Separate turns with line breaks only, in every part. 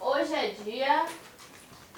Hoje é dia.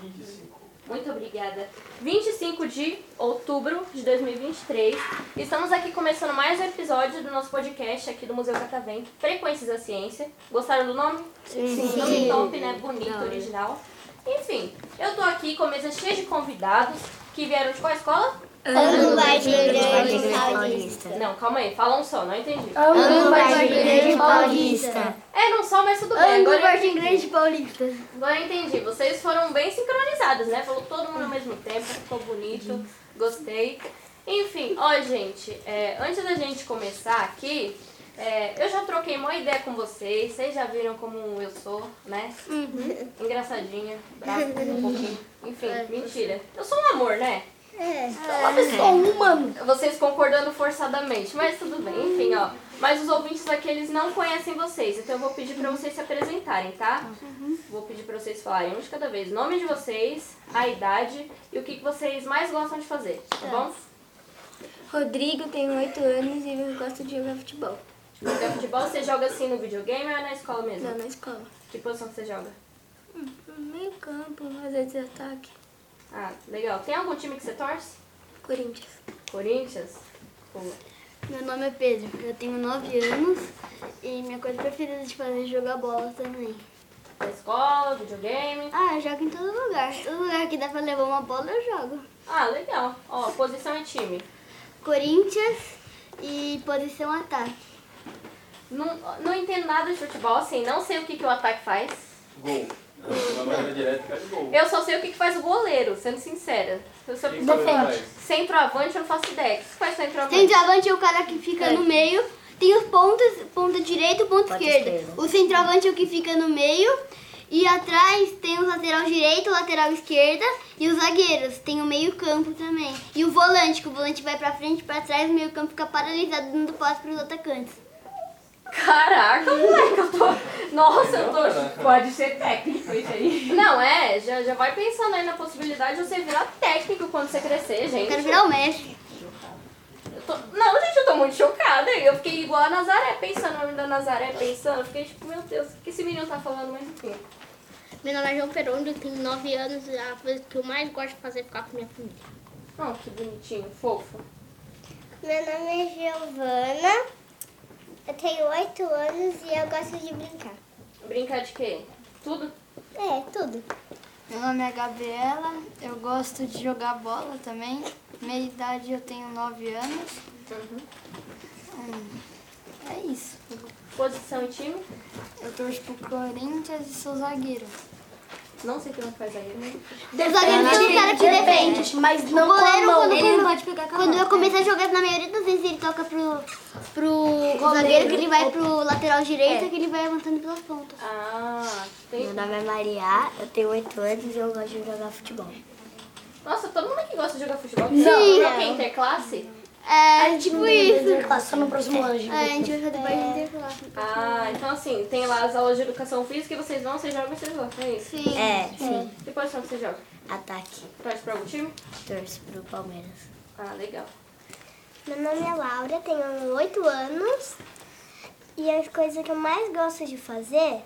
25.
Muito obrigada. 25 de outubro de 2023. Estamos aqui começando mais um episódio do nosso podcast aqui do Museu Catavento, Frequências da Ciência. Gostaram do nome? Sim. Nome top, né? Bonito, original. Enfim, eu tô aqui com mesa cheia de convidados que vieram de qual escola?
Ano
Grande Paulista.
Não, calma aí, fala um só, não entendi.
Ano
Grande Paulista.
É, não só, mas tudo bem.
Ano
Agora eu
Vargem
entendi.
Grande Paulista.
Agora eu entendi. Vocês foram bem sincronizados, né? Falou todo mundo ao mesmo tempo, ficou bonito, gostei. Enfim, ó, gente, é, antes da gente começar aqui, é, eu já troquei uma ideia com vocês, vocês já viram como eu sou, né? Engraçadinha, brava um pouquinho. Enfim, mentira. Eu sou um amor, né?
Uma pessoa humana.
vocês concordando forçadamente, mas tudo bem, enfim, ó. Mas os ouvintes aqui, eles não conhecem vocês, então eu vou pedir pra vocês se apresentarem, tá? Vou pedir pra vocês falarem um de cada vez, nome de vocês, a idade e o que que vocês mais gostam de fazer, tá bom?
Rodrigo tem 8 anos e eu gosto de jogar futebol.
Jogar futebol, você joga assim no videogame ou é na escola mesmo?
Não, na escola.
Que posição que você joga?
Meio campo, às vezes ataque.
Ah, legal. Tem algum time que você torce?
Corinthians.
Corinthians? Boa.
Meu nome é Pedro, eu tenho 9 anos e minha coisa preferida de fazer é jogar bola também.
Na escola, videogame?
Ah, eu jogo em todo lugar. Todo lugar que dá pra levar uma bola eu jogo.
Ah, legal. Ó, posição é time.
Corinthians e posição ataque.
Não, não entendo nada de futebol, assim, não sei o que, que o ataque faz.
Gol. Na maneira direta, cara, gol.
Eu só sei o que, que faz o goleiro, sendo sincera. Eu sou
Quem foi lá atrás?
Centroavante eu não faço ideia. O que faz centroavante?
Centroavante é o cara que fica no meio. Tem os pontos, ponta direita e ponta,
Ponta
esquerda.
esquerda.
O centroavante é o que fica no meio. E atrás tem o lateral direito, o lateral esquerda e os zagueiros. Tem o meio campo também. E o volante, que o volante vai pra frente e pra trás, o meio campo fica paralisado dando passe pros atacantes.
Caraca, moleque, eu tô. Nossa, eu tô.
Pode ser técnico isso aí.
Não, é, já, já vai pensando aí na possibilidade de você virar técnico quando você crescer, gente.
Eu quero virar o mestre.
Eu tô- Não, gente, eu tô muito chocada. Eu fiquei igual a Nazaré, pensando no nome da Nazaré, pensando. Eu fiquei tipo, meu Deus, o que esse menino tá falando, mas enfim.
Meu nome é João Perondo, tenho 9 anos e a coisa que eu mais gosto de fazer é ficar com minha família.
Não, que bonitinho, fofo.
Meu nome é Giovana, eu tenho 8 anos e eu gosto de brincar.
Brincar de quê? Tudo?
É, tudo.
Meu nome é Gabriela, eu gosto de jogar bola também. Minha idade eu tenho 9 anos. Hum, Uhum. É isso.
Posição e time?
Eu torço pro Corinthians e sou zagueiro.
Não sei o que não faz aí, né?
O zagueiro é o cara que defende.
tipo,
Mas não
O goleiro, quando, quando,
pode pegar com a
quando
mão.
eu começar a jogar, na maioria das vezes ele toca pro, pro zagueiro, que ele vai pro lateral direito,
É.
que ele vai levantando pelas pontas.
Ah, tem.
nome é Maria, eu tenho 8 anos e eu gosto de jogar futebol.
Nossa, todo mundo que gosta de jogar futebol. Não, pra quem? Interclasse?
É, tipo isso.
Só no próximo ano,
É, a gente vai fazer parte de interclasse.
Ah, então assim, tem lá as aulas de educação física e vocês vão, vocês jogam e vocês gostam, é isso?
Sim.
É, sim.
Que posição que você joga?
Ataque.
Torce pra algum time?
Torço pro Palmeiras.
Ah, legal.
Meu nome é Laura, tenho 8 anos e as coisas que eu mais gosto de fazer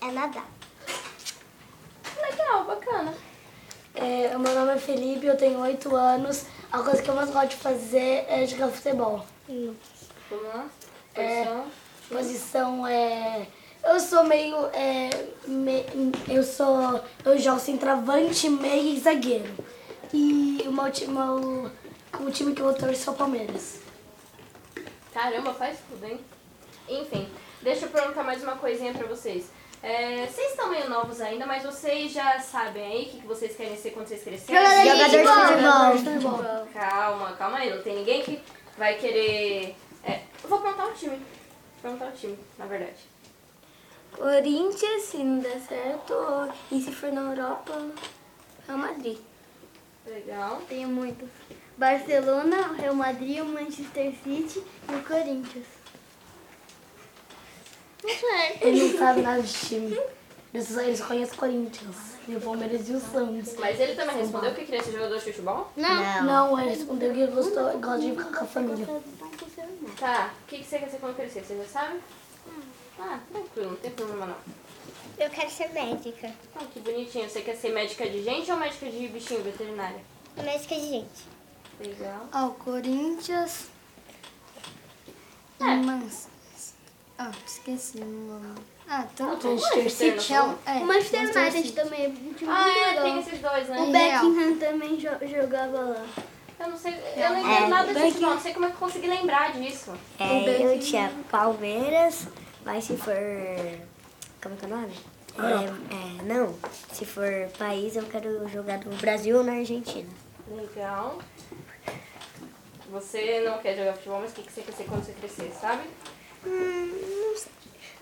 é nadar.
Legal, bacana.
É, meu nome é Felipe, eu tenho 8 anos. A coisa que eu mais gosto de fazer é jogar futebol.
Vamos lá?
É,
Posição.
Posição é. Eu sou meio. é, me- eu sou. Eu jogo centroavante, meio e zagueiro. E o meu, ti- meu- o time que eu torço é o Palmeiras.
Caramba, faz tudo, hein? Enfim, deixa eu perguntar mais uma coisinha pra vocês. É, vocês estão meio novos ainda, mas vocês já sabem aí o que que vocês querem ser quando vocês crescerem?
Jogador de futebol.
Calma, calma aí, não tem ninguém que vai querer. É, eu vou perguntar o time. Vou perguntar o time, na verdade.
Corinthians, se não der certo, e se for na Europa, Real Madrid.
Legal.
Tenho muito. Barcelona, Real Madrid, o Manchester City e o Corinthians.
Ele não sabe nada de time. Eles só, eles só conhecem o Corinthians, e o Palmeiras e o Santos.
Mas ele também respondeu que queria ser jogador de futebol?
Não.
Não, ele respondeu que gostou, gosta de ficar com a família.
Tá. O que, que você quer ser quando crescer? Você já sabe? Ah, tranquilo, não tem problema não.
Eu quero ser médica.
Ah, que bonitinho. Você quer ser médica de gente ou médica de bichinho veterinária?
É
Médica de gente.
Legal.
Ó, o Corinthians.
É.
Mans... Ah, esqueci o nome. Ah, tanto.
Manchester,
É, um- é,
O Manchester
Manchester
United
City.
também. um time
Ah, é,
legal.
tem esses dois, né?
O Beckham também jo- jogava lá.
Eu não sei, eu não entendo nada disso, não. Não sei como é que eu consegui lembrar disso.
É, eu tinha Palmeiras, mas se for. Como que é o nome? É, é, não, se for país, eu quero jogar no Brasil ou na Argentina.
Legal. Você não quer jogar futebol, mas o que que você quer ser quando você crescer, sabe? Hum, não sei.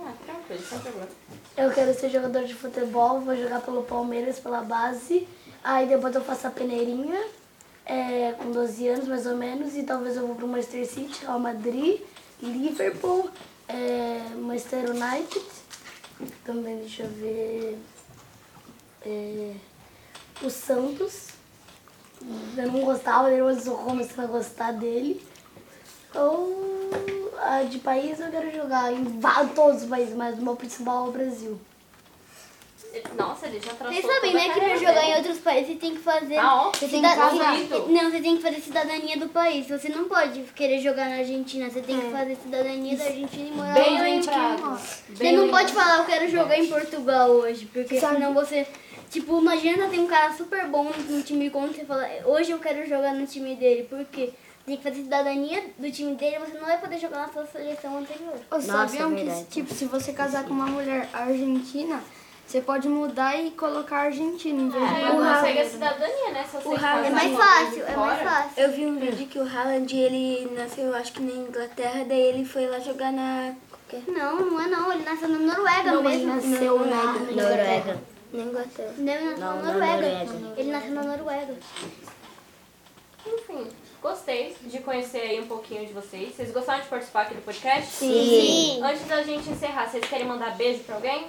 Ah, tranquilo, sem problema.
Eu quero ser jogador de futebol, vou jogar pelo Palmeiras, pela base. Aí depois eu faço a peneirinha, é, com 12 anos mais ou menos, e talvez eu vou pro Manchester City, Real Madrid, Liverpool, é, Manchester United. Também deixa eu ver. é, o Santos. Eu não gostava dele, mas eu tô começando a gostar dele. Ou ah, de país eu quero jogar em va- todos os países, mas o meu principal é o Brasil.
Ele- Nossa, ele já traçou
Vocês sabem,
toda
né,
a
que pra
carreira
jogar
dele.
em outros países tem que fazer.
Tá ótimo,
você
tá bonito.
não, você tem que fazer cidadania do país. Você não pode querer jogar na Argentina. Você tem que fazer cidadania da Argentina e morar
Bem
lá.
lembrado.
Você não pode falar, eu quero jogar em Portugal hoje, porque senão você. Tipo, imagina tem um cara super bom no time contra você fala, hoje eu quero jogar no time dele, porque tem que fazer cidadania do time dele, você não vai poder jogar na sua seleção anterior.
Ô,
Nossa,
sabiam que,
verdade.
tipo, se você casar com uma mulher argentina, você pode mudar e colocar argentina em vez de
É,
colocar-
consegue a cidadania, né? Se você
Rafa-
casar
É
com
mais
alguém
fácil,
de
é mais
fora.
fácil.
Eu vi um vídeo que o Haaland, ele nasceu, acho que na Inglaterra, daí ele foi lá jogar na.
Não, não é não, ele nasceu na Noruega
Não, ele
mesmo.
nasceu na
Noruega.
Na Inglaterra. Não, ele nasceu na
Não, na
Noruega.
Noruega.
Ele nasceu na Noruega.
Enfim, gostei de conhecer aí um pouquinho de vocês. Vocês gostaram de participar aqui do podcast?
Sim.
Antes da gente encerrar, vocês querem mandar beijo pra alguém?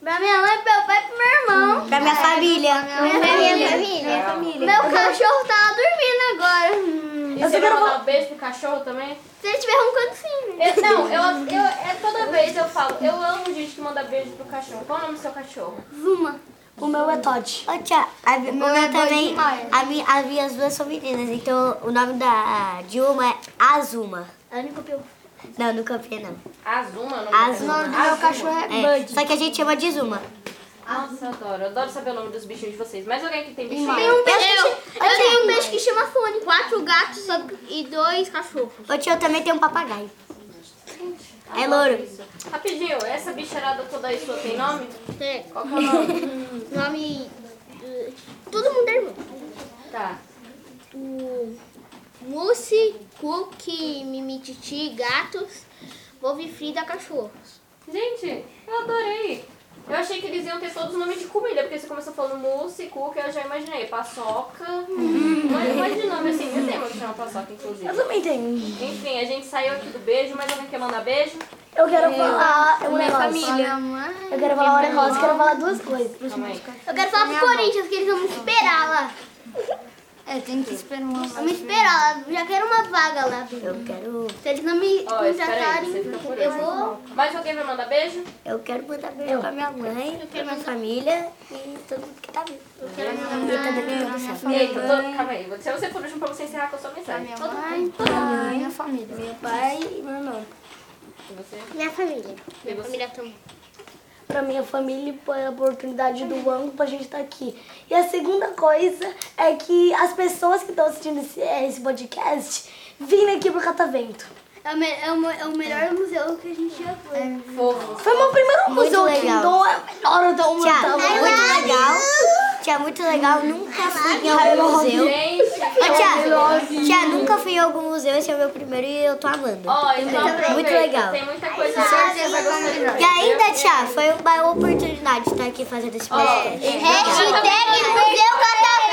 Pra minha mãe, meu pai e pro meu irmão.
Pra minha família.
é Minha família.
Hum. Minha família.
Meu cachorro tá dormindo agora. Hum.
E você vai mandar um beijo pro cachorro também?
Se ele um estiver roncando, sim.
Eu- não, eu, eu, é, toda vez eu falo, eu amo gente que manda beijo pro cachorro. Qual o nome do seu cachorro?
Zuma.
O meu é Todd.
Ô, tia, a, o meu
é
também.
Gordinho Maia.
A minha, as minhas duas são meninas, então o nome da, de uma é Azuma.
Ela me copiou.
Não, não copiei, não.
Azuma, o nome
Azuma.
do cachorro. Azuma.
É, só que a gente chama de Zuma.
Nossa, eu adoro. Eu adoro saber o nome dos bichinhos de vocês. Mais alguém que tem bichinho?
Tem um peixe
Eu-
que chama- eu tenho um peixe que chama fone. Quatro gatos e dois cachorros.
Ô, tia, eu também tenho um papagaio. É louro.
Isso. Rapidinho, essa bicharada toda aí sua tem nome?
Tem.
Qual que é o nome?
Nome. eh, Todo mundo é irmão.
tá.
O Mousse, Cookie, Mimititi, gatos, Wolf Frida, cachorros.
Gente, eu adorei. Eu achei que eles iam ter todos os nomes de comida, porque você começou falando mousse, cuca, eu já imaginei. Paçoca. Mas mas de nome assim, eu tenho uma que chama paçoca, inclusive.
Eu também tenho.
Enfim, a gente saiu aqui do beijo, mas alguém quer mandar beijo?
Eu
É.
quero falar um
Minha
negócio.
família.
Eu quero falar um negócio, eu quero falar duas coisas.
Calma aí.
Eu quero falar pro Corinthians que eles vão me esperar lá.
É, tem que esperar uma
Vão me esperar lá. Já quero uma vaga lá.
Eu quero.
Se eles não me
Ó, espera aí,
contratarem,
você fica por aí.
eu vou.
Mais alguém vai mandar beijo?
Eu quero mandar beijo pra minha mãe, pra minha família e todo mundo que tá vivo. Eu quero mandar beijo pra
Eita, todo... calma aí. Se você for último pra você encerrar com a sua mensagem. Todo mundo.
pra minha família.
meu pai e meu irmão.
E você?
Minha família.
E você?
Família também.
Pra minha família e pela oportunidade do ângulo pra gente estar aqui. E a segunda coisa é que as pessoas que estão assistindo esse, eh, esse podcast vêm aqui pro Catavento.
É o, me- é o mo- é o melhor museu que a gente já foi.
Fofos.
Foi meu primeiro
Muito
museu que
legal.
dou, é o melhor do mundo.
Tia, é muito legal. Tia, muito legal. Nunca fui em algum museu.
Gente,
Ô, tia, tia, nunca fui em algum museu. Esse é o meu primeiro e eu tô amando.
ó, então aproveita.
Muito legal.
Tem muita coisa lá, você vai gostar de
E ainda,
É,
tia, foi uma oportunidade de estar aqui fazendo esse podcast.
Ó,
Hashtag Museu Catavento.